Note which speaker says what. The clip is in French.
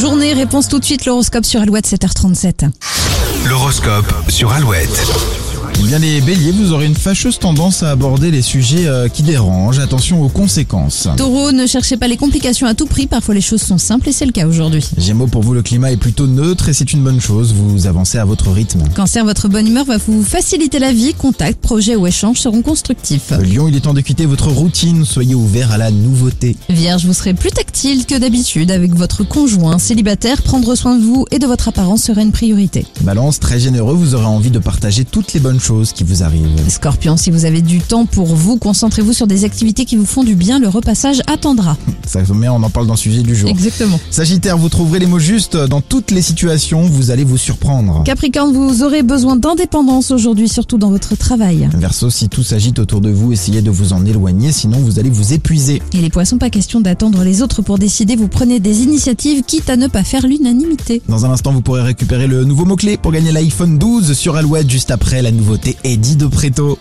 Speaker 1: journée. Réponse tout de suite, l'horoscope sur Alouette, 7h37.
Speaker 2: L'horoscope sur Alouette.
Speaker 3: Eh bien les béliers, vous aurez une fâcheuse tendance à aborder les sujets euh, qui dérangent. Attention aux conséquences.
Speaker 1: Taureau, ne cherchez pas les complications à tout prix. Parfois, les choses sont simples et c'est le cas aujourd'hui.
Speaker 3: Gémeaux, pour vous, le climat est plutôt neutre et c'est une bonne chose. Vous avancez à votre rythme.
Speaker 1: Cancer, votre bonne humeur va vous faciliter la vie. Contacts, projets ou échanges seront constructifs.
Speaker 3: Euh, Lion, il est temps de quitter votre routine. Soyez ouvert à la nouveauté.
Speaker 1: Vierge, vous serez plus tactile que d'habitude avec votre conjoint. Célibataire, prendre soin de vous et de votre apparence sera une priorité.
Speaker 3: Balance, très généreux, vous aurez envie de partager toutes les bonnes choses qui vous arrivent.
Speaker 1: Scorpion, si vous avez du temps pour vous, concentrez-vous sur des activités qui vous font du bien. Le repassage attendra.
Speaker 3: Ça tombe bien, on en parle dans le sujet du jour.
Speaker 1: Exactement.
Speaker 3: Sagittaire, vous trouverez les mots justes dans toutes les situations. Vous allez vous surprendre.
Speaker 1: Capricorne, vous aurez besoin d'indépendance aujourd'hui, surtout dans votre travail.
Speaker 3: Verseau, si tout s'agite autour de vous, essayez de vous en éloigner, sinon vous allez vous épuiser.
Speaker 1: Et les poissons, pas question d'attendre les autres pour décider, vous prenez des initiatives quitte à ne pas faire l'unanimité.
Speaker 3: Dans un instant, vous pourrez récupérer le nouveau mot-clé pour gagner l'iPhone 12 sur Alouette juste après la nouveauté Eddie de Preto.